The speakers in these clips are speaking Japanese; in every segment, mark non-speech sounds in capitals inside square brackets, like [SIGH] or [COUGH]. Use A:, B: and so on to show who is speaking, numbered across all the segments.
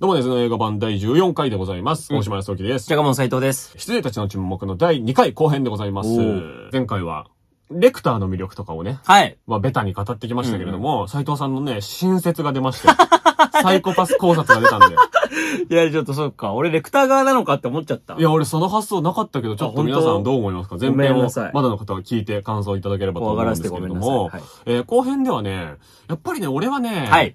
A: どうもですね、映画版第14回でございます。大島康之です。
B: ジャガモン斉藤です。
A: 羊たちの沈黙の第2回後編でございます
B: おー。
A: 前回は、レクターの魅力とかをね、
B: はい。
A: まあ、ベタに語ってきましたけれども、斉藤さんのね、新説が出ま
B: [LAUGHS]
A: して、サイコパス考察が出たんで。
B: いや、ちょっとそっか。俺、レクター側なのかって思っちゃった。
A: いや、俺その発想なかったけど、ちょっと皆
B: あ
A: さん
B: 本当
A: どう思いますか前
B: ごめ
A: 編
B: ん
A: を
B: なさい、
A: まだの方は聞いて感想いただければと思うんですけれども
B: 怖がらせてごめんなさ、
A: えー後編ではね、やっぱりね、俺はね、
B: はい。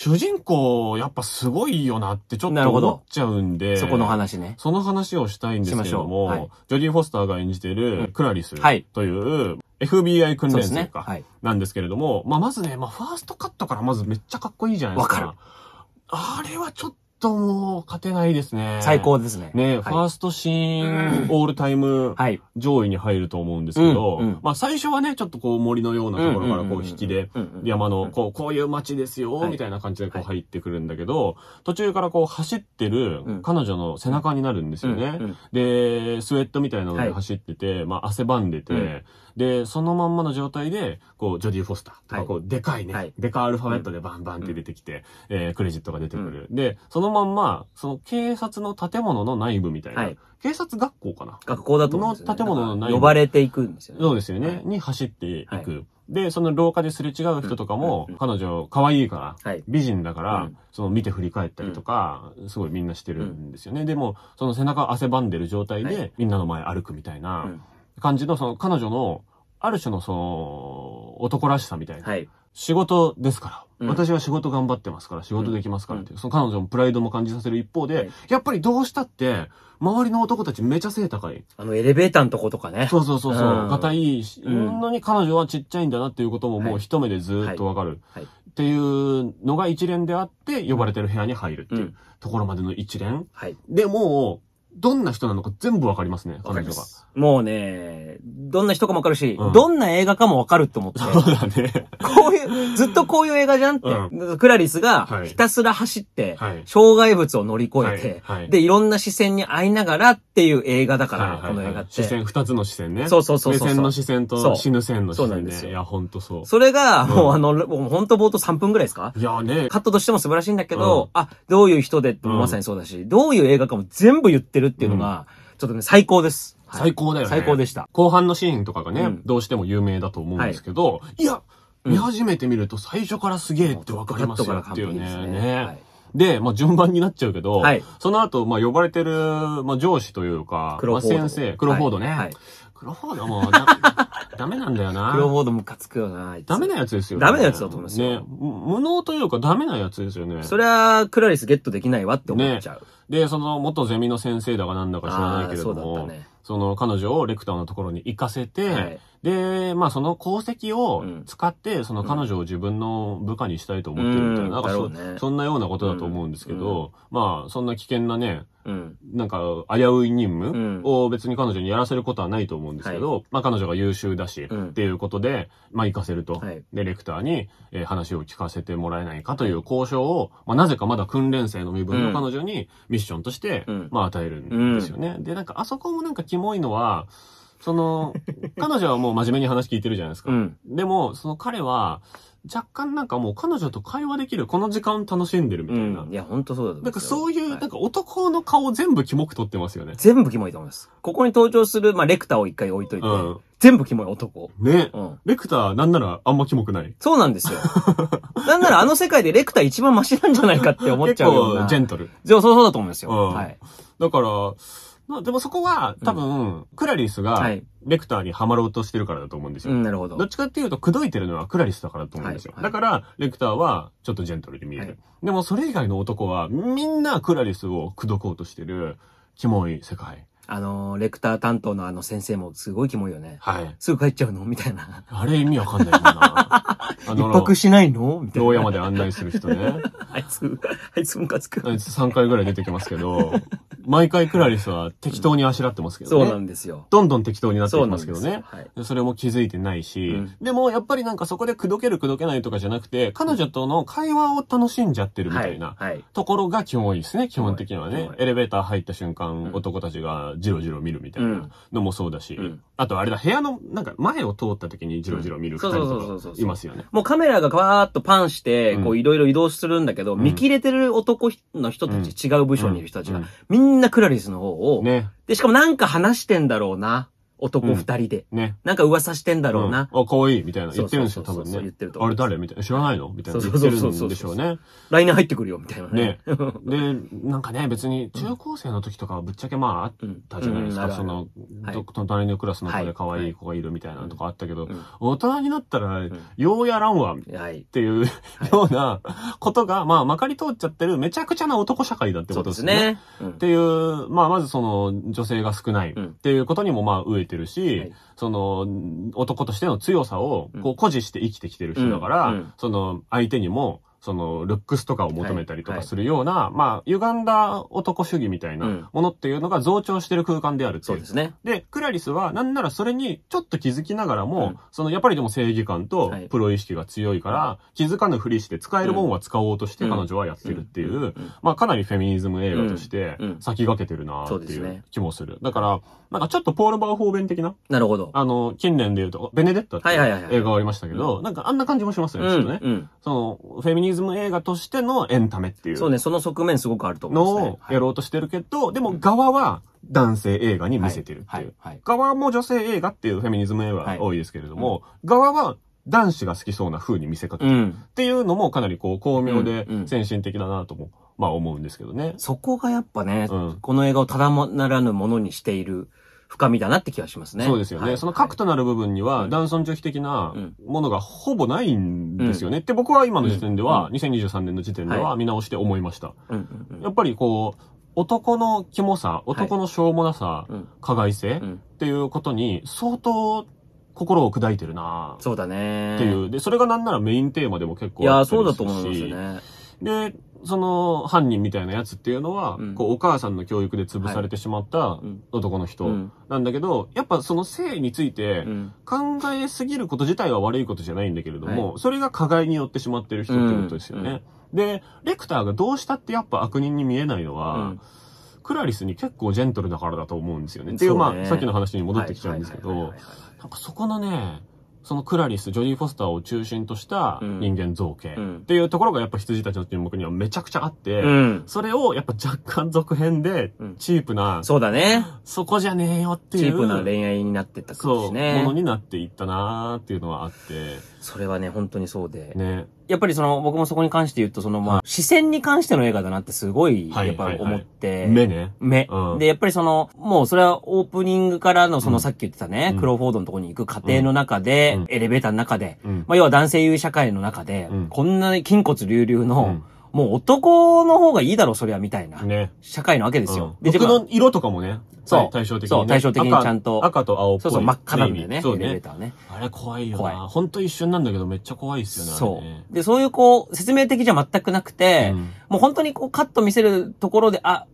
A: 主人公、やっぱすごいよなってちょっ
B: なる
A: と
B: ほど
A: 思っちゃうんで、
B: そこの話ね。
A: その話をしたいんですけれども、
B: しましょうはい
A: ジョディ・フォスターが演じているクラリス
B: はい
A: という、FBI 訓
B: そう
A: 練
B: です
A: 生
B: ね。
A: か、
B: はい。
A: なんですけれども、まあ、まずね、まあ、ファーストカットからまずめっちゃかっこいいじゃないですか。
B: わか
A: あれはちょっともう勝てないですね。
B: 最高ですね。
A: ね、ファ
B: は
A: ーストシーン、オールタイム
B: い。、はい。
A: 上位に入ると思うんですけど、
B: うんうん
A: まあ最初はね、ちょっとこう森のようなところからこう引きで、
B: うんうんうんうん
A: 山のこう、こういう街ですよ、
B: はい
A: みたいな感じでこう
B: は
A: 入ってくるんだけど、途中からこう走ってる
B: うん
A: 彼女の背中になるんですよね。
B: うん
A: で、スウェットみたいなの
B: は
A: で
B: い
A: 走ってて、まあ汗ばんでて、
B: うん
A: で、そのまんまの状態で、こう、ジョディ・フォスターと
B: は
A: か、
B: い
A: こう、でかいね、
B: はい
A: でかアルファベットでバンバンって出てきて、えークレジットが出てくる。で、そのまんま、その警察の建物の内部みたいな、
B: はい
A: 警察学校かな
B: 学校だと思うんですよね
A: の建物のない
B: 呼ばれていくんですよね。
A: そうですよね。
B: はい
A: に走っていく。
B: はい
A: で、その廊下ですれ違う人とかも、
B: うんうん
A: 彼女、可愛いから、
B: はい
A: 美人だから、
B: うん
A: その見て振り返ったりとか、すごいみんなしてるんですよね。でも、その背中汗ばんでる状態で、
B: は
A: みんなの前歩くみたいうなん感じの、その彼女の、ある種のその、男らしさみたいな。
B: はい。
A: 仕事ですから、
B: うん
A: 私は仕事頑張ってますから、仕事できますからっていう、その彼女のプライドも感じさせる一方で、
B: はい
A: やっぱりどうしたって、周りの男たちめちゃ背高い。
B: あの、エレベーターのとことかね。
A: そうそうそうそうう。
B: ん
A: 硬いし、
B: うん
A: のに彼女はちっちゃいんだなっていうことももう
B: はい
A: 一目でずーっとわかる。
B: はいはい
A: っていうのが一連であって、呼ばれてる部屋に入るっていううんところまでの一連。
B: はい。
A: で、もう、どんな人なのか全部わかりますね、
B: わか
A: 彼
B: り
A: 女
B: ま
A: が。
B: す。もうね、どんな人かもわかるし、
A: うん
B: どんな映画かもわかると思って。
A: そうだね。
B: こういう、ずっとこういう映画じゃんって。クラリスがひたすら走って、
A: はい。
B: 障害物を乗り越えて、
A: はいはい
B: で、いろんな視線に会いながらっていう映画だから、
A: はいはい
B: この映画
A: はい
B: って。
A: 視線、二つの視線ね。
B: そうそうそうそう
A: 目線の視線
B: そ
A: と
B: う
A: 死ぬ線の視
B: そうな
A: 線
B: んです
A: ね。
B: よ
A: いや、ほんとそ
B: それが、
A: うん
B: もうあの、もう本当冒頭3分ぐらいですか
A: う。いやね、
B: カットとしても素晴らしいんだけど、
A: うん
B: あ、どういう人でって
A: うん
B: まさにそうだし、どういう映画かも全部言ってるっていうのが、ちょっとね、最高です。はい
A: 最高だよね。
B: 最高でした。
A: 後半のシーンとかがね、
B: うん
A: どうしても有名だと思うんですけど、い、や、
B: うん
A: 見始めてみると最初からすげえってわかりますよっていうね。
B: カットから完璧ですね
A: ね
B: はい
A: で、まあ順番になっちゃうけど、
B: はい
A: その後、まあ呼ばれてる、まあ上司というか、
B: クロフォード。
A: まあ、先生、クロフォードね。
B: はいはい
A: クロフォードもだ [LAUGHS] ダメなんだよ
B: クロ
A: な。
B: フォードムカつくよな、あいつ
A: ダメなやつですよ、
B: ダメなやつだと思いますよ
A: ね。無能というかダメなやつですよね。
B: それは、クラリスゲットできないわって思っちゃう。
A: で、その元ゼミの先生だかなんだか知らないけ
B: ああ、
A: れ
B: そ
A: ど
B: うだった
A: も、
B: ね。
A: その彼女をレクターのところに行かせて、
B: はい
A: で、まあその功績を使って、その彼女を自分の部下にしたいと思ってるみたいな、な
B: うん
A: んかそ
B: だろうね
A: そんなようなことだと思うんですけど、まあそんな危険なね、
B: うん。
A: なんか危うい任
B: う
A: 務
B: ん
A: を別に彼女にやらせることはないと思うんですけど、まあ彼女が優秀だし、
B: う
A: っ
B: ん
A: ていうことで、まあ行かせると。
B: はい
A: で、レクターに、えー話を聞かせてもらえないかという交渉を、まあなぜかまだ訓練生の身分の彼女にミッションとして、
B: うん
A: まあ与えるんですよね。で、なんかあそこもなんかキモいのは、そ
B: [LAUGHS]
A: の、彼女はもう真面目に話聞いてるじゃないですか。
B: うん。
A: でも、その彼は、若干なんかもう彼女と会話できるこの時間を楽しんでるみ
B: う
A: たいな。
B: ん。いや、本当そうだと思
A: なんかそうういう、
B: はい
A: なんか男の顔全部キモく撮ってますよね。
B: 全部キモいと思います。ここに登場する、まあ、レクターを一回置いといて、
A: うん
B: 全部キモい男。
A: ね。
B: うん。
A: レクターなんならあんまキモくない。
B: そうなん
A: [LAUGHS]
B: ですよ。なんならあの世界でレクター一番マシなんじゃないかって思っち
A: 結
B: ゃうよう
A: 構
B: な。
A: ジェントル。
B: そうそうそうだと思いますよ。
A: うん
B: はい。
A: だから、まあでもそこは多分、クラリスが
B: はい
A: レクターにはまろうとしてるからだと思うんです
B: う
A: よ。
B: ん、なるほど
A: どっ。ちかっていうと、口説いてるのはクラリスだからだと思うんですよ。
B: はいは
A: だ
B: い
A: から、レクターはちょっとジェントルに見える。
B: はい
A: でもそれ以外の男はみんなクラリスを口説こうとしてる、キモい世界。
B: あのー、レクター担当のあの先生もすごいキモいよね。
A: はい。
B: すぐ帰っちゃうのみたいな。 [LAUGHS]
A: あれ意味わかんないもんな。あ
B: 一
A: の、
B: 泊しないのみたい
A: 牢
B: な。
A: 屋まで案内する人ね。
B: あいつ、あいつムカつく。
A: あいつ3回ぐらい出てきますけど、毎回クラリスは適当にあしらってますけど
B: そ
A: ね。
B: うなんですよ。
A: どんどん適当になって
B: そ
A: き
B: うな
A: ま
B: ん
A: す
B: で
A: けど
B: すよ
A: ね。
B: はい。
A: でそれも気づいてないし、
B: うん
A: でもやっぱりなんかそこで口説ける口説けないとかじゃなくて、彼女との会話を楽しんじゃってるみたいな。
B: はい。はい
A: ところが基本いいですね、基本的には
B: はい
A: ね
B: はい。
A: エレベーター入った瞬間、
B: ん
A: 男たちがジロジロ見るみたいなのもそうだし、
B: うん
A: あとあれだ、部屋の、なんか前を通った時にジロジロ見る二人
B: そうそうそうそ
A: と
B: う
A: か
B: そう
A: いますよね。
B: もうカメラがわーっとパンして、
A: うん
B: こういろいろ移動するんだけど、
A: うん
B: 見切れてる男の人たち、違う部署にいる人たちが、みんなクラリスの方
A: う
B: を、
A: んね、
B: で、しかもなんか話してんだろうな。男二人で、
A: ね。
B: なんか噂してんだろうな。
A: うんあ、可愛いみたいな
B: そ
A: 言
B: う
A: っ
B: そ
A: て
B: う
A: るんです
B: そう
A: よ、多分
B: そう言
A: ね
B: っ。てると思
A: あ
B: う
A: れ誰みたいな。知らないのみたいな。
B: そ
A: 言
B: う
A: っ
B: そうそ
A: て
B: う
A: る
B: そうん
A: でしょうね。
B: 来年入ってくるよ、みたいなね
A: ね。
B: [LAUGHS]
A: で、なんかね、別に中高生の時とかはぶっちゃけまああっ
B: うん。
A: たじゃないですか。
B: うん
A: そ、
B: あるある
A: の、
B: はい
A: ど隣のクラスの子で可愛い子がいるみたいなのとかあったけど、大人になったら、
B: ん
A: ようやらんわ、っ
B: うんはい。
A: ていう、
B: はい
A: ようなことが、まあ、まかり通っちゃってるめちゃくちゃな男社会だってこ
B: そう
A: と
B: で
A: ですすね。
B: ね。うん
A: っていう、まあ、まずその、女性が少ないっ
B: うん
A: ていうことにも、まあ、飢えてるし、
B: はい
A: その、男としての強さを
B: うん、
A: こう、誇示して生きてきてる人だから、
B: うんうん
A: その、相手にも、その、ルックスとかを求めたりと
B: は
A: か
B: い
A: するような、まあ、歪んだ男主義みたい
B: うん
A: なものっていうのが増長してる空間であるって
B: そ
A: いうう
B: で。すね。
A: で、クラリスは、なんならそれにちょっと気づきながらも、
B: うん
A: その、やっぱりでも正義感と
B: はい
A: プロ意識が強いから、気づかぬふりして使えるもんは使おうとして
B: うん
A: 彼女はやってるっていう、
B: んん
A: まあかなりフェミニズム映画として
B: うんうん
A: 先駆けてるなって
B: そ
A: いう
B: ですね
A: う気もする。だから、なんかちょっとポール・バーフォーベン的な、
B: なるほど。
A: あの、近年で言うと、ベネデッタって
B: はいはいはいはい
A: 映画がありましたけど、なんかあんな感じもしますよね、ちょっとね。
B: うん
A: その、フェミニズム映画としてのエンタメってい
B: そう
A: う
B: ね、その側面すごくあると思
A: の
B: うん
A: をやろうとしてるけど、でも側は男性映画に見せてるって。。
B: はいいうはい。
A: 側も女性映画っていうフェミニズム映画が多いですけれども、側は男子が好きそうな風に見せかけてる
B: ん。
A: っていうのもかなりこう巧妙で
B: うんうん
A: 先進的だなとも、まあ思うんですけどね。
B: そこがやっぱね、
A: うん
B: この映画をただもならぬものにしている深みだなって気がしますね。
A: そうですよね。
B: はい
A: その核となる部分に
B: う
A: は
B: ん
A: 男尊女卑的な
B: うん
A: ものがほぼないんですよね。って僕は今の時点では、2023年の時点で
B: は
A: は見直して思いました。
B: うんうん
A: やっぱりこう、男のキモさ、男のしょうもなさ、
B: うんうん
A: 加害性
B: う
A: っ
B: ん
A: ていうことに相当心を砕いてるな
B: そうだね。
A: っていう。で、それがなんならメインテーマでも結構
B: いや
A: あ
B: ー、
A: ったり
B: そうだ
A: す
B: と
A: る
B: 思います
A: し
B: よね。
A: で、その犯人みたいなやつっていうのは、
B: うん
A: こうお母さんの教育で潰されてしまった
B: うん
A: 男の人
B: うん
A: なんだけど、やっぱその性について
B: うん
A: 考えすぎること自体は悪いことじゃないんだけれども、それが加害によってしまってる人ってことですよね。で、レクターがどうしたってやっぱ悪人に見えないのは、
B: うん
A: クラリスに結構ジェントルだからだと思うんですよね。
B: そうね
A: っていう、まあ、さっきの話に戻ってきちゃうんですけ
B: はいは
A: ど
B: いはい、はいはい
A: なんかそこのね、そのクラリス、ジョディ・フォスターを中心とした人間造形
B: うん
A: っていうところがやっぱ羊たちの注目にはめちゃくちゃあって、
B: うん。
A: それをやっぱ若干続編で
B: うん
A: チープな、
B: そうだね。
A: そこじゃねえよっていう、
B: チープな恋愛になってった感じ
A: そ
B: し
A: う、
B: ね。
A: ものになっていったなーっていうのはあって、
B: それはね、本当にそうで。
A: ね。
B: やっぱりその、僕もそこに関して言うと、その、まあ、視線に関しての映画だなってすごい、
A: はい
B: やっぱ
A: はいはい
B: 思って。
A: 目ね。
B: 目、
A: うん
B: で、やっぱりその、もうそれはオープニングからの、その、
A: うん
B: さっき言ってたね、
A: うん
B: クロフォードのとこに行く過程の中で、
A: うん
B: エレベーターの中で、
A: うん。
B: まあ、要は男性優位社会の中で、
A: うん
B: こんなに筋骨隆々
A: う
B: の
A: ん、
B: もう男の方がいいだろ、そりゃ、みたいな、
A: ね。
B: 社会なわけですよ。
A: うん
B: で、
A: 服の色とかもね、
B: そう
A: 対対照的に、
B: そ
A: ね。
B: う対照的にちゃんと
A: 赤赤と青っぽい。
B: そうそう、真っ赤なんだ
A: メイ
B: よね、
A: ビーそう
B: エレベー
A: ね。
B: ターね。
A: あれ怖いよ
B: 怖い
A: な。ほんと一瞬なんだけどめっちゃ怖いっすよね。
B: そ
A: あれね
B: う。で、そういうこう、説明的じゃ全くなくて、
A: うん
B: もう本当にこうカット見せるところで、あ、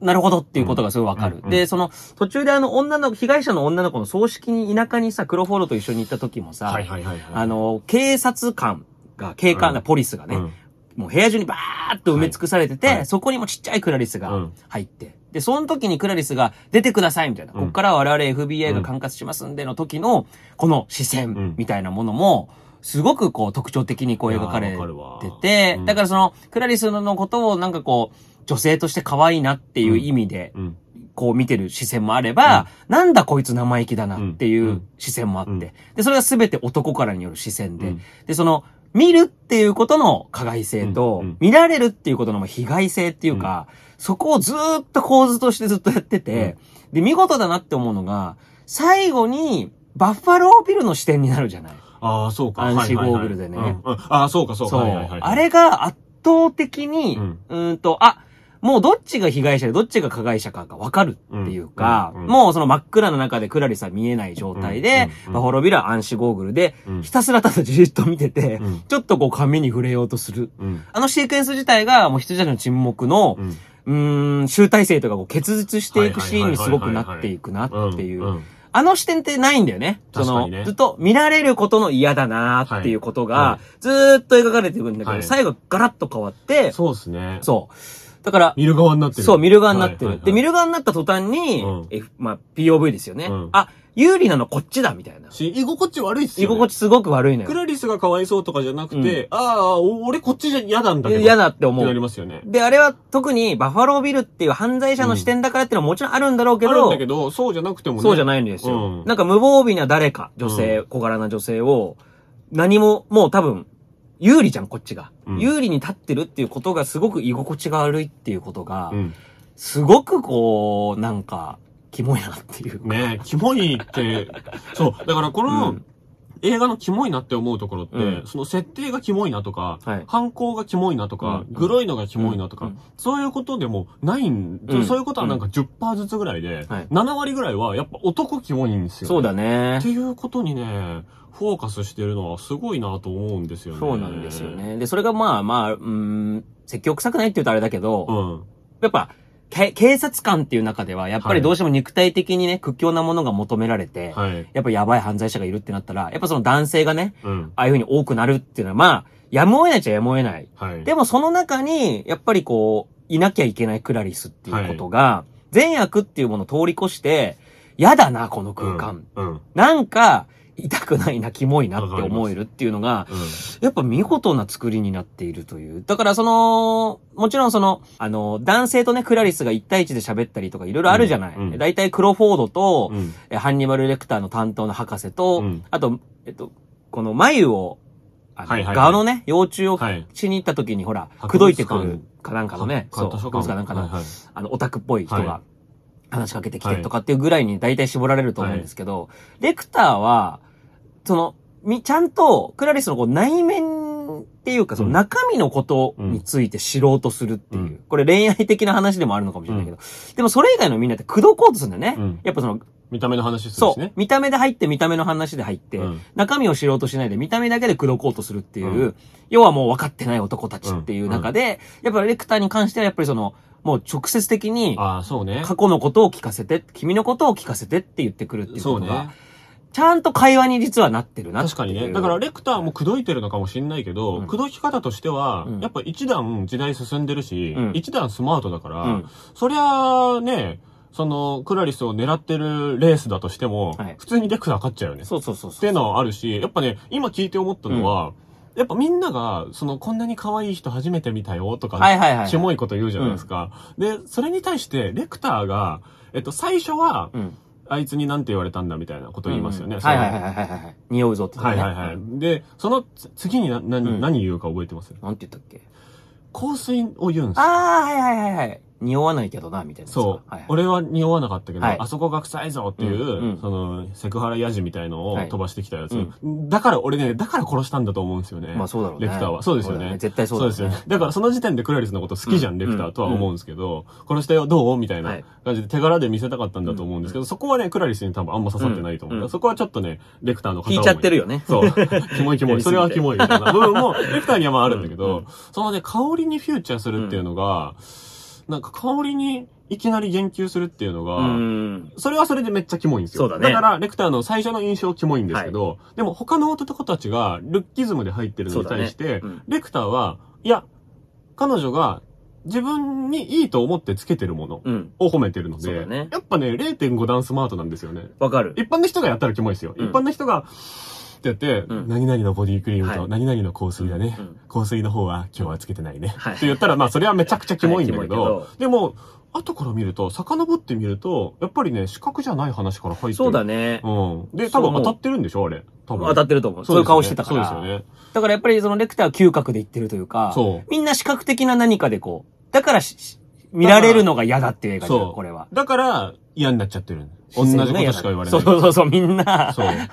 B: なるほどっていうことがすごいわかる。
A: うんうん
B: で、その途中であの女の、被害者の女の子の葬式に田舎にさ、クロフォードと一緒に行った時もさ、
A: はいはいはいはい。
B: あの、警察官が、警官が、
A: うん
B: ポリスがね、
A: うん、
B: もう部屋中にバーっと埋め尽くされてて、
A: はいはい
B: そこにもちっちゃいクラリス
A: う
B: が
A: ん
B: 入って、で、その時にクラリスが出てくださいみたいな、
A: うん
B: こっからは我々 FBI が管轄しますんでの時の、この視
A: う
B: 線
A: ん
B: みたいなものも、すごくこう特徴的にこう描かれて
A: いやーわかるわ
B: て
A: う、ん
B: だからその、クラリスのことをなんかこう、女性として可愛いなっていう意味で、
A: うん。
B: こう見てる視線もあれば、なんだこいつ生意気だなっていううん視線もあって、
A: うん
B: で、それは全て男からによる視線で、
A: うん
B: で、その、見るっていうことの加害性と、
A: うんうん
B: 見られるっていうことのまあ被害性っていうか、そこをずーっと構図としてずっとやってて、で、見事だなって思うのが、最後に、バッファロービルの視点になるじゃない。
A: ああ、そうか。
B: 暗視
A: はいはい
B: ゴ
A: は
B: ー
A: い
B: グルでね
A: うんうんああ、そうか、そうか。
B: そう。
A: はいはいはい
B: あれが圧倒的に、う
A: うんん、
B: んと、あ、もうどっちが被害者でどっちが加害者かがわかるっていうか、
A: うんうん
B: もうその真っ暗な中でクラリスは見えない状態で、
A: うんうん
B: まあ、滅びるは暗視ゴーグルで、
A: うん
B: ひたすらただじっと見てて、
A: うん
B: ちょっとこう紙に触れようとする。
A: うん。
B: あのシークエンス自体がもう羊たちの沈黙の
A: う、ん。
B: うーん、集大成とかこう結実していく
A: はい
B: シ
A: はいはいはいは
B: ーン
A: い
B: にすごくなっていくなっていうう。
A: ん。
B: あの視点ってないんだよね。そ
A: 確か
B: の
A: にね、
B: ずっと見られることの嫌だなーっていうこと
A: は
B: が
A: い、
B: ずーっと描かれていくんだけ
A: は
B: ど、
A: い
B: 最後ガラッと変わって、
A: そうですね。
B: そう。だから、
A: 見る側になってる。
B: そう、見る側になってる。で、見
A: る。
B: る側になった途端に
A: うん、
B: F まあ、POV ですよね
A: うん。
B: あ、有利なのこっちだみたいな。
A: し、居心地悪いっす
B: 居
A: よ、ね。
B: 心
A: 地。
B: 地すごく悪いの
A: ク
B: よ。
A: ラリスがかわいそうとかじゃなくて、ああ、お俺こっちじゃ嫌なんだけど。
B: 嫌
A: っ
B: だって思
A: てなり
B: う。
A: ますよね。
B: で、あれは特にバファロービルっていう犯罪者の視点だからってのはもちろんあるんだろうけ
A: あるん
B: ど、
A: だけど、そうじゃなくてもね。
B: そうじゃ
A: ない。
B: ないんですよ。
A: うん
B: なんか無防備な誰か、女性、小柄な女性を、何も、もう多分、有利じゃん、こっちが、
A: うん
B: 有利に立ってるっていうことがすごく居心地が悪いっていうことが、
A: うん。
B: すごくこう、なんか、キモいなっていうか。
A: ねえ、キモいって、そう。だからこ
B: う
A: の、
B: ん。
A: 映画のキモいなって思うところって、
B: うん
A: その設定がキモいなとか、
B: はい。
A: 犯行がキモいなとか、
B: うん
A: グロいのがキモいなとか、
B: うん
A: そういうことでもないん、
B: うん
A: そういうことはなんか10%ずつぐらいで、
B: はい
A: 7割ぐらいはやっぱ男キモいんですよ、
B: そうだ
A: っ
B: ね
A: て。いうことにね、フォーカスしてるのはすごいなと思うんですよね。
B: そうなんですよ。ね。で、それがまあまあ、うーん、説教臭くないって言うとあれだけど、
A: うん。
B: やっぱ、け警察官っていう中では、やっぱりどうしても肉体的にね、屈強なものが求められて、
A: はい。
B: やっぱやばい犯罪者がいるってなったら、やっぱその男性がね、
A: うん。
B: ああいう風に多くなるっていうのは、まあ、やむを得ないっちゃやむを得ない。
A: はい。
B: でもその中に、やっぱりこう、いなきゃいけないクラリスっていうことが、善悪っていうものを通り越して、やだな、この空間。
A: うん。うん。
B: なんか、痛くないな、キモいなって思えるっていうのが、やっぱ見事な作りになっているという。だからその、もちろんその、あの、男性とね、クラリスが1対1で喋ったりとかいろいろあるじゃない。
A: うんうん
B: だいたいクロフォードと、
A: うん。
B: えハンニバル・レクターの担当の博士と、
A: うん
B: あと、えっと、この眉を、あの、
A: はいはいはい
B: 蛾のね、幼虫を
A: はい。
B: しに行った時にほら、
A: 博
B: 口
A: 物
B: 説
A: 館
B: いてくるかなんかのね、
A: か
B: そう、
A: 図書
B: 博物
A: 館
B: かなんかの、
A: はいはい
B: あの、オタクっぽい人
A: は
B: が
A: い
B: 話しかけてきてとかっていうぐらいに大体絞られると思うんですけど、レクターは、その、み、ちゃんと、クラリスのこう内面っていうか、その
A: うん
B: 中身のことについて知ろうとするっていう、
A: うん
B: これ恋愛的な話でもあるのかもしれないけど、でもそれ以外のみんなって口説こうとするんだよね。
A: うん
B: やっぱその、
A: 見た目の話する
B: そ
A: し
B: う
A: ね。
B: 見た目で入って見た目の話で入って、
A: うん
B: 中身を知ろうとしないで見た目だけで口説こうとするっていう、
A: うん
B: 要はもう分かってない男たちっていう中で、やっぱりレクターに関してはやっぱりその、もう直接的に
A: ああ、そうね。
B: 過去のことを聞かせて、君のことを聞かせてって言ってくるっていうこ
A: そう
B: とが、
A: ね。
B: ちゃんと会話に実はなってるなっていう
A: 確かにね。だから、レクターも口説いてるのかもしれないけど、
B: うん
A: 口説き方としては、
B: うん
A: やっぱ一段時代進んでるし、
B: うん
A: 一段スマートだから、
B: うん
A: そりゃあね、その、クラリスを狙ってるレースだとしても、
B: はい
A: 普通にレクター勝っちゃうよね。っ
B: そうそうそうそう。
A: ていうのはあるし、やっぱね、今聞いて思ったのは、やっぱみんなが、その、こんなに可愛い人初めて見たよとか、
B: はいはいはい。
A: キモいこと言うじゃないですか。で、それに対して、レクターが、えっと、最初は、
B: うん。
A: あいつになんて言われたんだみたいなこと言いますよね。
B: うん
A: その
B: はいはいはいはいはいはい。匂うぞって、ね。
A: はいはいはい。で、そのつ次にな何,、
B: うん
A: 何言うか覚えてます
B: なんて言ったっけ
A: 香水を言うんですよ。
B: ああ、はいはいはいはい。匂わないけどな、みたいなやつか。
A: そう、
B: はいはい、
A: 俺は匂わなかったけど、
B: はい
A: あそこが臭いぞっていう、
B: うんうん
A: その、セクハラヤジみたいのを
B: はい
A: 飛ばしてきたやつ、
B: う
A: だから、俺ね、だから殺したんだと思うんですよね。
B: まあそうだろうね。
A: レクターはそうですよね
B: だ絶対そう
A: そう
B: だ
A: です [LAUGHS] よね。だからその時点でクラリスのこと好きじゃん、
B: うん
A: レクターとは思うんですけど、殺したよ、どうみたいな感じで手柄で見せたかったんだと思うんですけど、そこはね、クラリスに多分あんま刺さってないと思う。
B: うん
A: そこはちょっとね、レクターの方
B: 聞いちゃってるよね。
A: そう。キモいキモい。それはキモいみたいな部分も、レクターにはまああるんだけど、そのね、香りにフューチャーするっていうのが、なんか香りにいきなり言及するっていうのが、
B: うん。
A: それはそれでめっちゃキモいんですよ。
B: そうだね
A: から、レクターの最初の印象キモいんですけど、でも他の男たちがルッキズムで入ってるのに対して、
B: そうだね
A: レクターは、いや、彼女が自分にいいと思ってつけてるもの
B: うん。
A: を褒めてるの
B: そう
A: で、
B: だね
A: やっぱね、0.5段スマートなんですよね。
B: わかる。
A: 一般の人がやったらキモいですよ。
B: うん
A: 一般の人が、ってやって、
B: うん
A: 何々のボディクリーム
B: は
A: と
B: い
A: 何々の香水だね。
B: うん
A: 香水の方は今日はつけてないね。
B: はい
A: って言ったら、まあそれはめちゃくちゃキモいんだけど、
B: はいキモい
A: でも、後から見ると、遡ってみると、やっぱりね、視覚じゃない話から入ってる。
B: そうだね。
A: うん。で、
B: そ
A: 多
B: う
A: 分当たってるんでしょあれ。多分。
B: 当た
A: っ
B: ってると思う。そういう顔してたから。
A: そうですよね。
B: だからやっぱりそのレクターは嗅覚で言ってるというか、
A: そ
B: みんな視覚的な何かでこう、だからしし見られるのが嫌だっていう映画だ
A: そ
B: よ、
A: う
B: これは。
A: う。だから、嫌になっちゃってる。同じことしか言われない。
B: そうそうそうそう、みんな、
A: そう
B: [LAUGHS]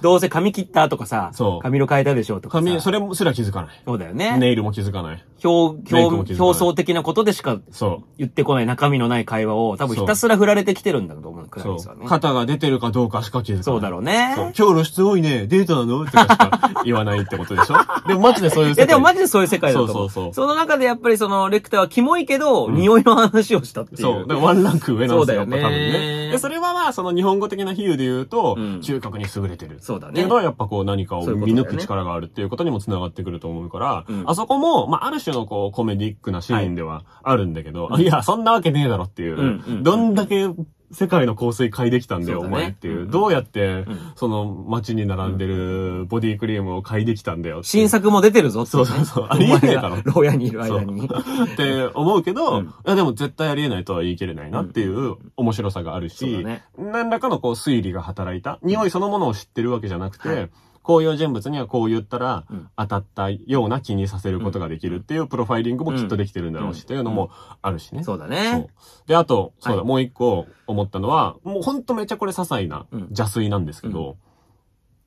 B: どうせ髪切ったとかさ
A: そ、う
B: 髪色変えたでしょとかさ。
A: 髪、それもすら気づかない。
B: そうだよね。
A: ネイルも気づかない。
B: 表、
A: メイクも気
B: 表、
A: づかない
B: 表層的なことでしか
A: そう。
B: 言ってこない中身のない会話を多分ひたすら振られてきてるんだと思う、クラ
A: そ
B: リスは
A: う。
B: ね。
A: 肩が出てるかどうかしか気づかない。
B: そうだろうね。
A: そう今日露出多いね、デートなのとかしか言わないってことでし
B: [LAUGHS]
A: ょでもマジでそういう
B: いやでもマ
A: ジ
B: ジでそういう世界だと思う。
A: そうそうそう
B: の中でやっぱりそのレクターはキモいけど、匂いの話をしたっていう。
A: そう。だからワンランク上なんですよ、
B: そうだよね
A: やっぱ多分ね。で、それはまあ、その日本語的な比喩で言うと、
B: うん
A: 嗅覚に優れてる。
B: そうだ
A: って
B: ね
A: いうの。はやっぱこう何かを
B: そういうこと
A: 見
B: だよ
A: 抜
B: ね
A: く力があるっていうことにも繋がってくると思うから、
B: うん
A: あそこも、まあある種のこうコメディックなシーンではあるんだけど、い、や、そんなわけねえだろっていう、
B: うんうん
A: どんだけ世界の香水買いできたんだよ、
B: そう
A: お
B: だね
A: 前っていう。
B: うん
A: どうやって
B: うん、
A: その街に並んでるボディクリームを買いできたんだよっていう。
B: 新作も出てるぞって
A: そ
B: ね、
A: うそうそう。ありえねえだろ
B: お前が。牢屋にいる間に。
A: って思うけど、
B: うん
A: いやでも絶対ありえないとは言い切れないなっていう面白さがある
B: そうだ
A: し、
B: ね。
A: 何らかのこう推理が働いた、匂いそのものを知ってるわけじゃなくて、
B: はい
A: こういう人物にはこう言ったら
B: うん
A: 当たったような気にさせることができるっていうプロファイリングもきっとできてるんだろうし、
B: うん
A: というのもあるしね。
B: そうだ
A: そう
B: ね。
A: で、あと、そうだ、
B: は
A: もう一個思ったのは、もうほんとめちゃこれ些細な
B: うん
A: 邪推なんですけど、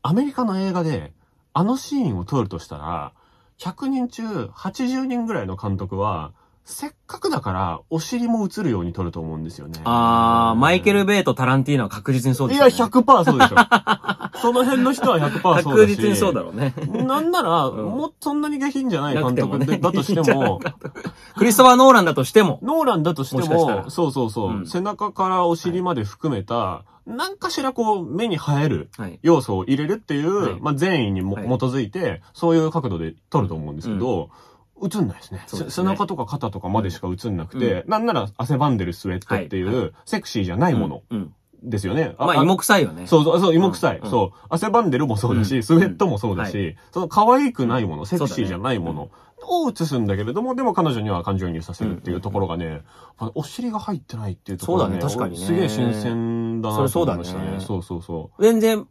A: アメリカの映画で、あのシーンを撮るとしたら、100人中80人ぐらいの監督は、せっかくだから、お尻も映るように撮ると思うんですよね。
B: あー、マイケル・ベイとタランティーノは確実にそうで
A: い
B: す
A: や、
B: よね。
A: 100%そうでしょ。 [LAUGHS] その辺の人は100%そう
B: 確
A: だし。
B: 実にそうだろうね。 [LAUGHS]
A: なんなら、
B: うん
A: もうそんなに下品じゃない
B: なく
A: 監
B: ても
A: 督
B: ね
A: で、だとして
B: いいんじゃ [LAUGHS] ない
A: も、
B: かとクリストファー・ノーランだとしても。
A: ノーランだとしても、
B: もしかしたら
A: そうそうそう、
B: うん
A: 背中からお尻まで含めた、なんかしらこう、目に映える
B: はい。
A: 要素を入れるっていう、
B: はい
A: まあ善意にも、
B: はい
A: 基づいて、そういう角度で撮ると思うんですけど、映んないですね
B: そうですね
A: せ背中とか肩とかまでしか映んなくて、なんなら汗ばんでるスウェットっていう、
B: はい
A: セクシーじゃないもの
B: うん。うん
A: ですよね。
B: まあ、芋臭いよね。
A: そうそう、そう、芋臭い。
B: うん
A: そう。汗ばんでるもそうだし、
B: うん
A: スウェットもそうだ
B: は
A: し、その可愛くないもの、セク
B: そう
A: シ
B: だ
A: ー
B: ね
A: じゃないものを映すんだけれども、でも彼女には感情移入させるっていうところがね、あお尻が入ってないっていうところがね、
B: そうだね確かにね
A: すげえ新鮮だなと思いましたね。
B: そ
A: そうそうそう。
B: 全然、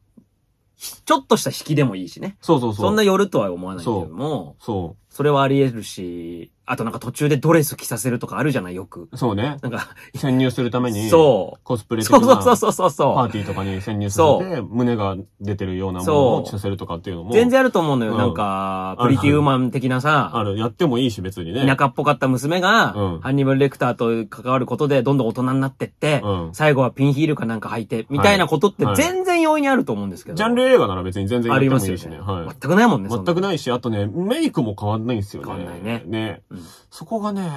B: ひちょっとした引きでもいいしね。
A: そうそうそう。
B: そんな寄るとは思わないけども、
A: そ
B: それはあり得るし、あとなんか途中でドレス着させるとかあるじゃない、よく。
A: う。そうね。
B: なんか、
A: 潜入するために、
B: そ
A: コスプ
B: う。
A: レ的
B: そ
A: な
B: うそう
A: パ
B: そうそうそ
A: ーティーとかに潜入させて、胸が出てるようなものを着させるとかっていうの
B: う。
A: も、
B: 全然あると思うのよ。
A: うん
B: なんか、
A: ある
B: プリティウーマン的な
A: あ
B: さ、
A: る。やってもいいし、別にね。
B: 田舎っぽかった娘が、
A: うん
B: ハンニバル・レクターと関わることでどんどん大人になってって、
A: うん
B: 最後はピンヒールかなんか履いて、みたいなことって
A: はい
B: 全然容易にあると思うんですけど。
A: ジャンル映画なら別に全然や
B: あ
A: って
B: り
A: も
B: ます
A: い
B: よ
A: いしね。
B: ね。
A: はい。
B: 全くないもんね、そんな
A: 全くないし、あとね、メイクも変わんないんですよね。
B: 変わんないねうん
A: そこがね、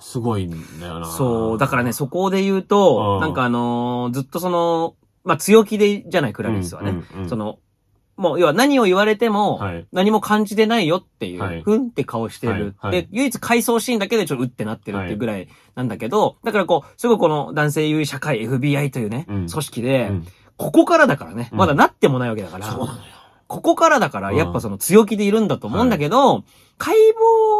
A: すごいんだよな。
B: そう、だからね、そこで言う
A: う
B: と、
A: ん
B: なんかあのーずっとその、まあ、強気で、じゃない、クラリスはね。
A: うんうんうん
B: その、もう、要は何を言われても、
A: はい
B: 何も感じてないよっていう、
A: はい
B: ふんって顔してる。
A: はいはい
B: で、唯一回想シーンだけでちょっとうってなってるっていうぐらいなんだけど、だからこう、すごいこの男性優位社会 FBI というね、
A: うん
B: 組織で、
A: うん
B: ここからだからね、
A: うん
B: まだなってもないわけだから、
A: そうなのよ。
B: ここからだから、
A: うん
B: やっぱその強気でいるんだと思うんだけど、解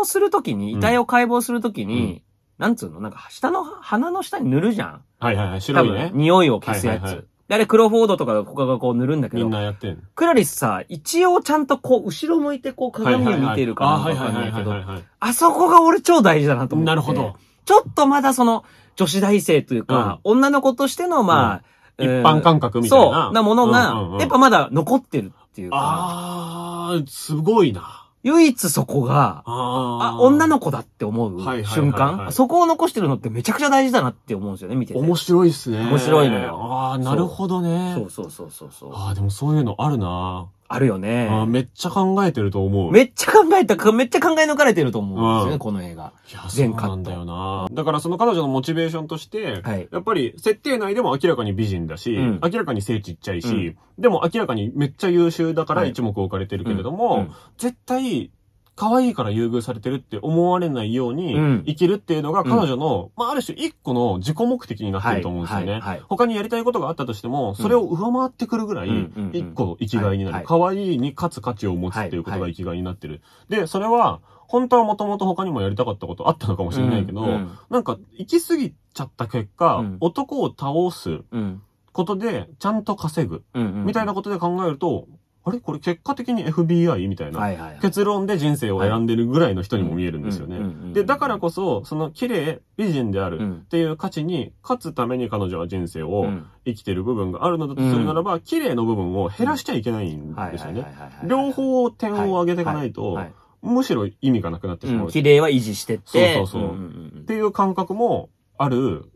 B: 剖するときに、
A: うん
B: 遺体を解剖するとき
A: う
B: に、なんつうのなんか、下の、鼻の下に塗るじゃん。
A: はいはいはい、
B: 多
A: 白いね
B: 分、。匂いを消すや
A: はい
B: つ。
A: はいはい
B: であれ、クロフォードとか、ここがこう塗るんだけ
A: み
B: ど
A: ん、なやってん。
B: クラリスさ、一応ちゃんとこう、後ろ向いてこう、鏡を見ているから、
A: はい
B: わ
A: は
B: か
A: い
B: ん
A: は
B: ないい
A: は
B: け
A: いはい
B: ど、
A: はい
B: あそこが俺超大事だなと思って。
A: なるほど。。
B: ちょっとまだその、女子大生というか、女の子としての、まあ、
A: 一
B: えー
A: 般感覚みたいな。
B: そう、なものが、
A: うんうんうん
B: やっぱまだ残ってるっていうか、
A: あー、すごいな。
B: 唯一そこが、
A: あ
B: あ、
A: ー。
B: 女の子だって思う
A: はいはいはいはい
B: 瞬間、そこを残してるのってめちゃくちゃ大事だなって思うんですよね、見てて。
A: 面白いっすね。
B: 面白いのよ
A: あー、なるほどね。
B: そうそうそうそうそう。
A: あー、でもそういうのあるな。
B: あるよ
A: あ
B: ね
A: ー。めっちゃ考えてると思う。
B: めっちゃ考えたか、めっちゃ考え抜かれてると思うんですよ
A: う
B: ね、
A: ん
B: この映画。
A: いや、そう
B: 全カッ
A: な
B: ト
A: んだよな。だからその彼女のモチベーションとして、
B: はい
A: やっぱり設定内でも明らかに美人だし、
B: うん
A: 明らかに背ちっちゃいし、
B: う
A: でも明らかにめっちゃ優秀だから
B: はい
A: 一目置かれてるけれども、
B: うんうん
A: 絶対、可愛いから優遇されてるって思われないよう
B: う
A: に
B: ん
A: 生きるっていうのが彼女の、まあある種一個の自己目的になってると思うんですよね。
B: はいはいはい
A: 他にやりたいことがあったとしても、それを上回ってくるぐらい
B: うんうんうん、
A: 一個生きがいにな
B: は
A: る。
B: い
A: 可愛いに勝つ価値を持つっていうことが
B: はい
A: 生きがいになってる。で、それは、本当はもともと他にもやりたかったことあったのかもしれないけど、
B: うんうん
A: なんか、行き過ぎちゃった結果、
B: うん
A: 男を倒す
B: うん。
A: ことで、ちゃんと稼ぐ、
B: うん。
A: みたいなことで考えると、あれこれ結果的に FBI? みたいな、
B: はいはいはい。
A: 結論で人生を選んでるぐらいの人にも見えるんですよ
B: うんうん
A: ね。
B: うんうん
A: で、だからこそ、その綺麗、美人であ
B: う
A: るっ
B: ん
A: ていう価値に、勝つために彼女は人生
B: う
A: を
B: ん
A: 生きてる部分があるのだとするならば、綺麗の部分を減らしちゃいけないんですよね。
B: はいはいはいはいはい
A: 両方点を上げていかないと、
B: はい
A: むしろ意味がなくなってしまう。
B: うん綺麗は維持してって。
A: そうそうそうん
B: んん
A: っていう感覚もある、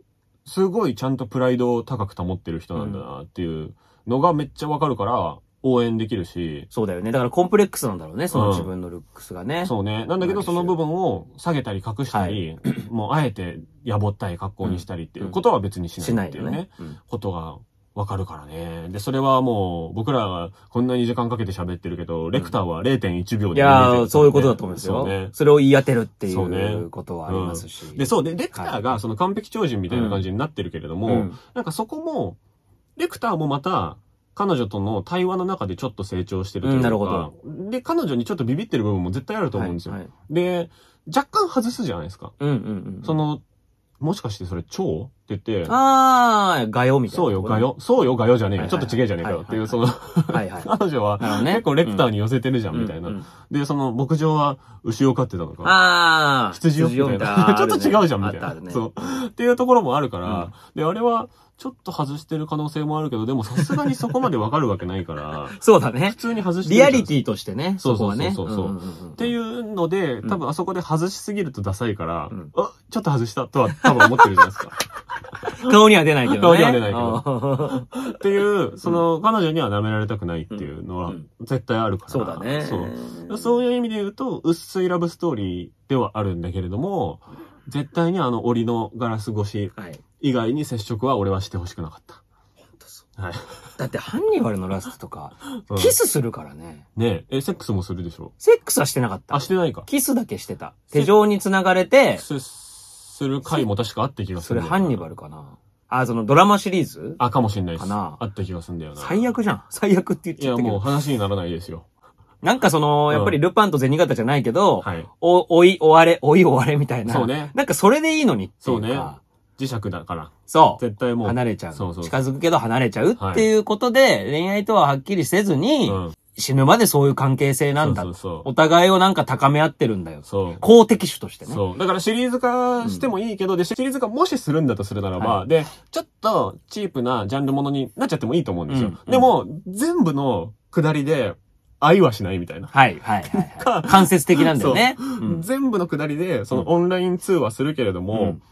A: すごいちゃんとプライドを高く保ってる人なんだなっていうのがめっちゃわかるから応援できるし、
B: そうだよね。だからコンプレックスなんだろうね、その
A: うん
B: 自分のルックスがね。
A: そうね。なんだけど
B: うん
A: その部分を下げたり隠したり、 [CLEARS THROAT] もうあえてやぼったい格好にしたりっていうことは別にし
B: し
A: な
B: ない
A: っ
B: い
A: ていう
B: よ
A: ね、
B: ね。うん
A: ことがわかるからね。で、それはもう、僕らがこんなに時間かけて喋ってるけど、レクターは0.1秒
B: い
A: で、
B: やー、そういうことだと思うんですよ。
A: そうね。
B: それを言い当てるってい
A: そうね
B: うことはありますし。
A: で、そうで、レクターがその完璧超人みたいな感じになってるけれども、
B: うん
A: なんかそこも、レクターもまた、彼女との対話の中でちょっと成長してるというか、
B: うんなるほど
A: で、彼女にちょっとビビってる部分も絶対あると思うんですよ。
B: はいはい
A: で、若干外すじゃないですか。
B: うんうんうん。
A: そ、の、もしかしてそれ超って言って、
B: あー、画用みたいな。
A: そうよ、画。よ、そうよ、画よじゃねえ
B: は
A: よ、
B: い
A: ちょっと違えじゃねえかよっていう、その、
B: はいはい。 [LAUGHS]
A: 彼女は
B: なるほどね
A: 結構レクターに寄せてるじゃん、みたい
B: うんう
A: な。
B: ん
A: で、その牧場は牛を飼ってたのか。
B: あー、
A: 羊をみたい
B: [LAUGHS]
A: な。 [LAUGHS] ちょっと違うじゃん、みたい
B: あったあ
A: な
B: る。ね。
A: そう。っていうところもあるから、で、あれは、ちょっと外してる可能性もあるけど、でもさすがにそこまでわかるわけない
B: [LAUGHS]
A: から、
B: そうだね
A: 普。通に外してる
B: リ
A: じゃ
B: ア
A: ん。
B: リティとしてね。
A: そう
B: そ
A: そ
B: こ
A: う
B: は
A: そう
B: ね。
A: そうそうん
B: んんん
A: っていうので、
B: うん
A: 多分あそこで外しすぎるとダサいから、
B: うん
A: あ、ちょっと外したとは多分思ってるじゃないですか。
B: 顔には出ないけどね。
A: 顔には出ないけ
B: ど。
A: っていう、その、彼女には舐められたくないっていうのは
B: うん
A: 絶対あるから。
B: そうだね。
A: そう。そういう意味で言うと、薄いラブストーリーではあるんだけれども、絶対にあの檻のガラス越し
B: はい。
A: 以外に接触は俺はしてほしくなかった。
B: 本当そう
A: はい。
B: だって、ハンニバルのラストとか、
A: うん
B: キスするからね。
A: ねえ、え、セックスもするでしょ
B: セックスはしてなかった
A: あ、し。てないか。
B: キスだけしてた。手錠に繋がれて、
A: セックスする回も確かあった気がす
B: そ
A: る
B: れ
A: んだよな。
B: ハンニバルかな。あ、そのドラマシリーズ
A: あ、かもしれないです。
B: かな
A: あった気がするんだよな。
B: 最悪じゃん。最悪って言っ
A: い
B: ちゃ
A: や、
B: ったけ
A: もう
B: ど。
A: 話にならないですよ。
B: なんかその、
A: うん
B: やっぱりルパンと銭形じゃないけど、
A: はい。
B: お、追い、追われ、追い、追われみたいな。
A: そうね
B: なんかそれでいいのにっていう
A: そうね
B: か。
A: 磁石だから。
B: そう。
A: 絶対もう。
B: 離れちゃう。
A: そうそう
B: 近づくけど離れちゃうっていうことで、恋愛とははっきりせずに、
A: うん。
B: 死ぬまでそういう関係性なんだ。
A: そうそ
B: お互いをなんか高め合ってるんだ
A: う。
B: よ
A: そう。
B: 公的種としてね。
A: そう。だからシリーズ化してもいいけど、で、シリーズ化もしするんだとするならば、
B: は
A: で、ちょっとチープなジャンルものになっちゃってもいいと思うんですよ。
B: うん
A: でも、全部の下りで、愛はしないみたいな。
B: はい、はい、はいはい。間接的なんだよね。うん
A: 全部の下りで、そのオンライン通話するけれども、
B: うん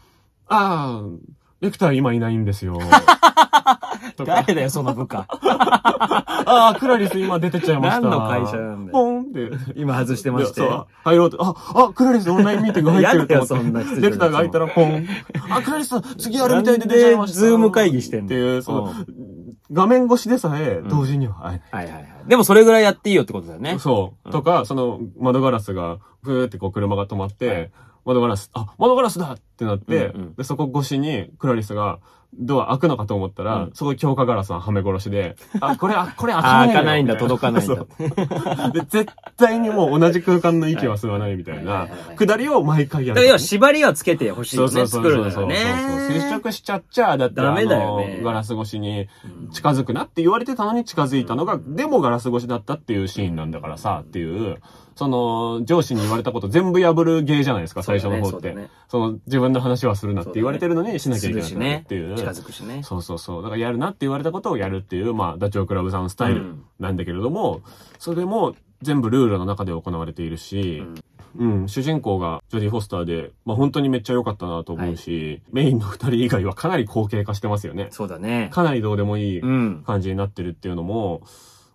A: ああ、レクター今いないんです
B: [LAUGHS]
A: よ。とか、
B: 誰だよ、その部下。
A: ああ、クラリス今出てっちゃいました。
B: 何の会社なんだよ
A: ポンって。
B: 今外してまして
A: で。そう入ろうと。あ、あ、クラリスオンラインミーティング入ってると思って。
B: やだよそんな失礼な
A: レクターが開いたらポ
B: [LAUGHS]
A: ン。あ、クラリス次あるみたいで出ちゃいました。
B: なんでズーム会議してんの
A: っていう、その
B: う、
A: 画面越しでさえ
B: ん
A: 同時には会えない。
B: はいはいはい。でもそれぐらいやっていいよってことだよね。
A: そう。
B: うん
A: とか、その、窓ガラスが、ふーってこう車が止まって、窓ガラス、あ、窓ガラスだってなって、
B: うんうん
A: で、そこ越しに、クラリスが、ドア開くのかと思ったら、
B: うん
A: そこに強化ガラスのはめ殺しで、あ、これ、あ、これ開か
B: あ
A: ない
B: ー
A: のよ
B: 開かないんだ、届かないん
A: そ
B: だ
A: う。で、絶対にもう同じ空間の息は吸わないみたい
B: は
A: ない
B: はいはいは、い
A: 下りを毎回や
B: だ
A: る
B: から。要は縛りはつけてほしい
A: そ
B: よ
A: うそ
B: ね。
A: うそう
B: 作る
A: そう
B: の
A: そ
B: よ
A: うそう。接
B: ね。
A: 触しちゃっちゃ、だって
B: ダ
A: あ
B: メだよね
A: の、ガラス越しに近づくなって言われてたのに近づいたのが、でもガラス越しだったっていうシーンなんだからさ、っていう、その、上司に言われたこと全部破る芸じゃないですか、最初の方
B: そ
A: っ
B: うだ
A: て
B: ねそうだ
A: そ
B: ね。
A: の、自分の話はするなって言われてるのにしなきゃいけな
B: す
A: く
B: る
A: な
B: し
A: る
B: ね。
A: って
B: 近
A: いう。
B: づくしね。
A: そうそうそう。だからやるなって言われたことをやるっていう、まあ、ダチョウ倶楽部さんスタイ
B: う
A: ル
B: ん
A: なんだけれども、それも全部ルールの中で行われているし、うん、主人公がジョディ・フォスターで、まあ本当にめっちゃ良かったなと思うし、メインの二人以外はかなり後継化してますよね。
B: そうだね。
A: かなりどうでもいい
B: うん。
A: 感じになってるっていうのも、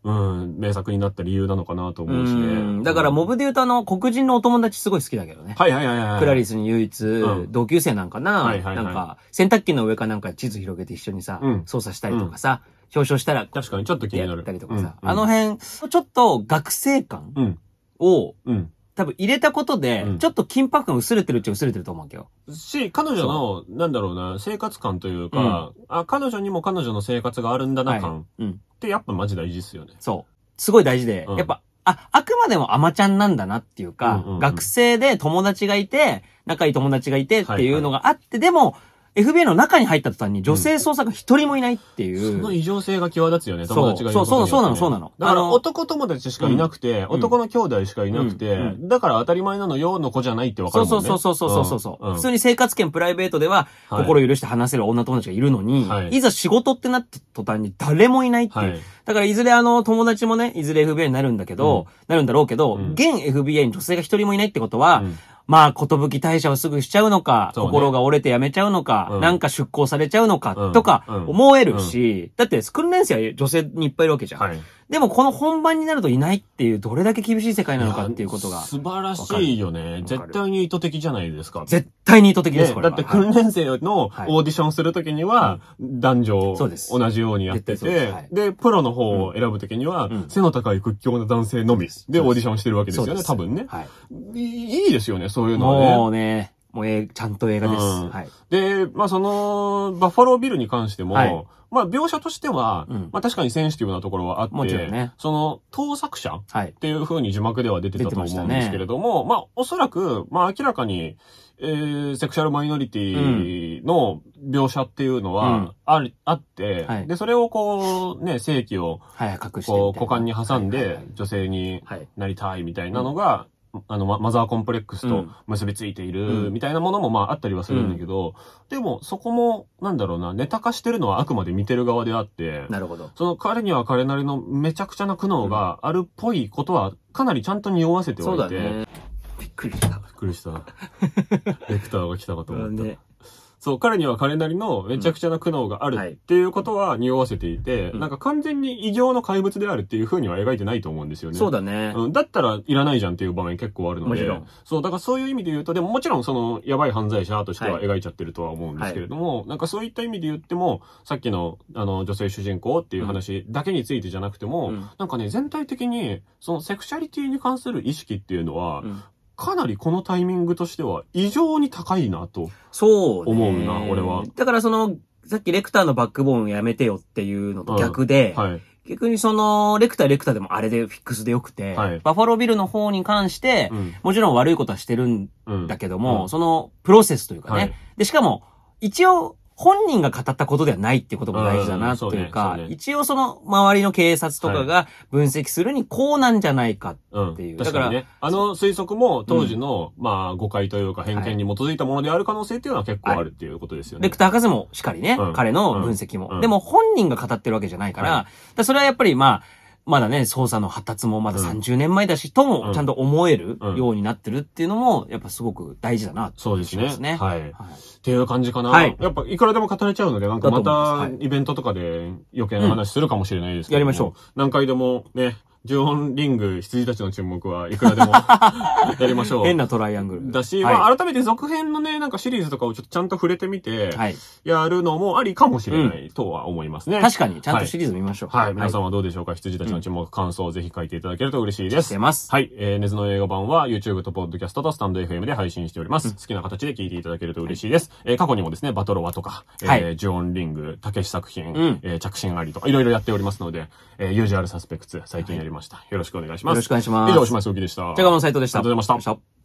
A: うん、名作になった理由なのかなと
B: う
A: 思うし
B: ん
A: ね。
B: だから、モブで言うとあの、黒人のお友達すごい好きだけどね。
A: はいはいはいはい。
B: クラリスに唯一、
A: うん
B: 同級生なんかな、
A: はいはいはい
B: なんか、洗濯機の上かなんか地図広げて一緒にさ、
A: うん
B: 操作したりとかさ、表彰したら、
A: 確かにちょっと気にな
B: や
A: る。
B: ったりとかさ、
A: うん
B: あの、辺、ちょっと学生感
A: うん、
B: を、
A: うん。
B: 多分入れたことで、
A: うん
B: ちょっと緊迫感薄れてるっちゃ薄れてると思うわけど。
A: し、彼女の、なんだろうな、生活感というか、あ、彼女にも彼女の生活があるんだな感っ
B: い。うん。
A: てやっぱマジ大事っすよね。
B: そう。すごい大事で、
A: うん
B: やっぱ、あ、あくまでもアマちゃんなんだなっていうか、
A: うんうんうん
B: 学生で友達がいて、仲いい友達がいてっていうのがあって、でも、FBI の中に入った途端に女性捜査が一人もいないっていう。
A: その異常性が際立つよね、
B: そう
A: 友達がいることによってね
B: そうそうそうそうなのそうなの
A: だか
B: あ
A: ら
B: の
A: 男友達しかいなくて、男の兄弟しかいなくて、
B: うん
A: だから当たり前なのよの子じゃないってわかる
B: そう
A: も
B: そ
A: ん
B: う
A: ね。
B: そうそうそうそうそう、
A: んん
B: 普通に生活圏プライベートでは、
A: はい
B: 心許して話せる女友達がいるのに、
A: はい
B: い、ざ仕事ってなった途端に誰もいないっていう。
A: はい
B: だからいずれあの友達もね、いずれ FBI になるんだけど、なるんだろうけど、
A: うん
B: 現 FBI に女性が一人もいないってことは、
A: うん
B: まあ、ことぶき退社をすぐしちゃうのか、
A: そうね
B: 心が折れてやめちゃうのか、
A: うん
B: なんか出向されちゃうのか、
A: うん
B: とか
A: うん
B: 思えるし、だって訓練生は女性にいっぱいいるわけじゃん。
A: はい。
B: でもこの本番になるといないっていう、どれだけ厳しい世界なのかっていうことが、
A: 素晴らしいよね。
B: わかる
A: 絶対に意図的じゃないですか。
B: 絶対に意図的です、
A: ね
B: これ
A: だ
B: は。
A: って訓練生のオ
B: はい
A: ーディションするときには、男女
B: そうです
A: 同じようにやって
B: 絶対そうで
A: て
B: すはい、
A: で、プロの方を選ぶときには
B: うん、
A: 背の高い屈強な男性のみ
B: で
A: ですオーディションしてるわけですよ
B: そう
A: ね、
B: です
A: 多分ね。
B: はい。はい
A: いいいですよね、そういうのはね。
B: もうね、もうえ、ちゃんと映画です。
A: うん
B: はい。
A: で、まあその、バッファロービルに関しても、
B: はい
A: まあ描写としては、
B: うん
A: まあ確かにセンシティブなところはあって、
B: もちろんね
A: その、盗作者
B: はい
A: っ。ていう風に字幕では出てたと思うんですけれども、まあ、おそらく、まあ、明らかに、えー、セクシャルマイノリティの描写っていうの
B: うん
A: は、ある、あって、
B: はい
A: で、それをこう、ね、正規を、
B: はい、隠してみ
A: こう、
B: た
A: 股
B: い
A: 間に挟ん
B: はいはい
A: で
B: はい、
A: 女性に
B: はい。
A: なりたいみたいなのが、あの、ママザーコンプレックス
B: う
A: と
B: ん
A: 結びついてい
B: うん
A: る、みたいなものも、まあ、あったりはするんだけど、でも、そこも、なんだろうな、ネタ化してるのはあくまで見てる側であって、
B: なるほど。
A: その彼には彼なりのめちゃくちゃな苦悩があるっぽいことはかなりちゃんと匂わせて
B: そ
A: お
B: う
A: い
B: だ
A: て。びっ
B: ね。びっくりした。
A: くり
B: [LAUGHS]
A: した。レクターが来たかと思った。
B: ね
A: そう、彼には彼なりのめちゃくちゃな苦悩があ
B: うんはい
A: るっていうことは匂わせていて、
B: うん
A: なんか完全に異形の怪物であるっていう風には描いてないと思うんですよね。
B: そうだね。
A: うん、だったらいらないじゃんっていう場面結構あるので。
B: もちろん
A: そう、だからそういう意味で言うと、でももちろんその、やばい犯罪者としては描いちゃってるとは思うんですけれども、なんかそういった意味で言っても、さっきの、あの、女性主人公っていう話だけについてじゃなくても、
B: うん
A: なんかね、全体的に、そのセクシャリティに関する意識っていうのは、
B: うん
A: かなりこのタイミングとしては異常に高いなと。
B: そうね。
A: 思うな俺は。
B: だからその、さっきレクターのバックボーンやめてよっていうのと逆で、
A: はい。
B: 逆にその、レクターレクターでもあれでフィックスでよくて、
A: はい
B: バファロービルの方に関して、
A: うん。
B: もちろん悪いことはしてるん
A: うん。
B: だけども、
A: うん
B: そのプロセスというかね、
A: はい
B: で、しかも、一応、本人が語ったことではないってことも大事だ
A: う
B: なん
A: そ
B: と
A: うね
B: いうか、
A: そうね
B: 一応その周りの警察とかが分析するにこうなんじゃないか。
A: うん。
B: っていう
A: 確かにね。あの推測も当時の、まあ誤解というか偏見に基づいたものである可能性っていうのは結構あるっていうことですよね。
B: レクター博士もしっかりね、
A: うん
B: 彼の分析も、
A: うん
B: でも本人が語ってるわけじゃないから、
A: はい
B: だからそれはやっぱりまあ、まだね、捜査の発達もまだ
A: うん
B: 30年前だし、と
A: う
B: も
A: ん
B: ちゃんと思える
A: うん
B: ようになってるっていうのも、やっぱすごく大事だな、
A: そうです
B: そうですね
A: ね。はい。
B: はい
A: っていう感じかな。
B: はい
A: やっぱ、いくらでも語れちゃうので、なんか
B: だと
A: ま
B: 思
A: た
B: いますは、
A: イベントとかで余計な話するかもしれないですけど、
B: やりましょ
A: う。何回でも、ね、ジオンリング、羊たちの注目はいくらでも [LAUGHS] やりましょ
B: 変
A: う。
B: なトライアングル。
A: だし、
B: はい
A: まあ、改めて続編のね、なんかシリーズとかをちょっとちゃんと触れてみて、
B: はい。
A: やるのもありかもしれないとは思いますね。
B: 確かに、ちゃん
A: は
B: と
A: い
B: シリーズ見ましょう。
A: はい、皆さんはどうでしょうか羊たちの注目、感想をぜひ書いていただけると嬉しいで
B: し
A: す
B: て。ます。
A: はい。えー、ネズの映画版は YouTube と Podcast とスタンド FM で配信しております。好きな形で聞いていただけると嬉しいです。えー過去にもですね、バトロワとか、えー
B: はい
A: ジョン・リング、たけし作品、
B: うん
A: えー着信ありとか、いろいろやっておりますので、えー、ユージュアルサスペクツ、最近やりました。よろしくお願いします。
B: よろしくお願いします
A: 以上、おしまいすおきでした。
B: じゃがもの斉藤でした。
A: ありがとうございました
B: でした。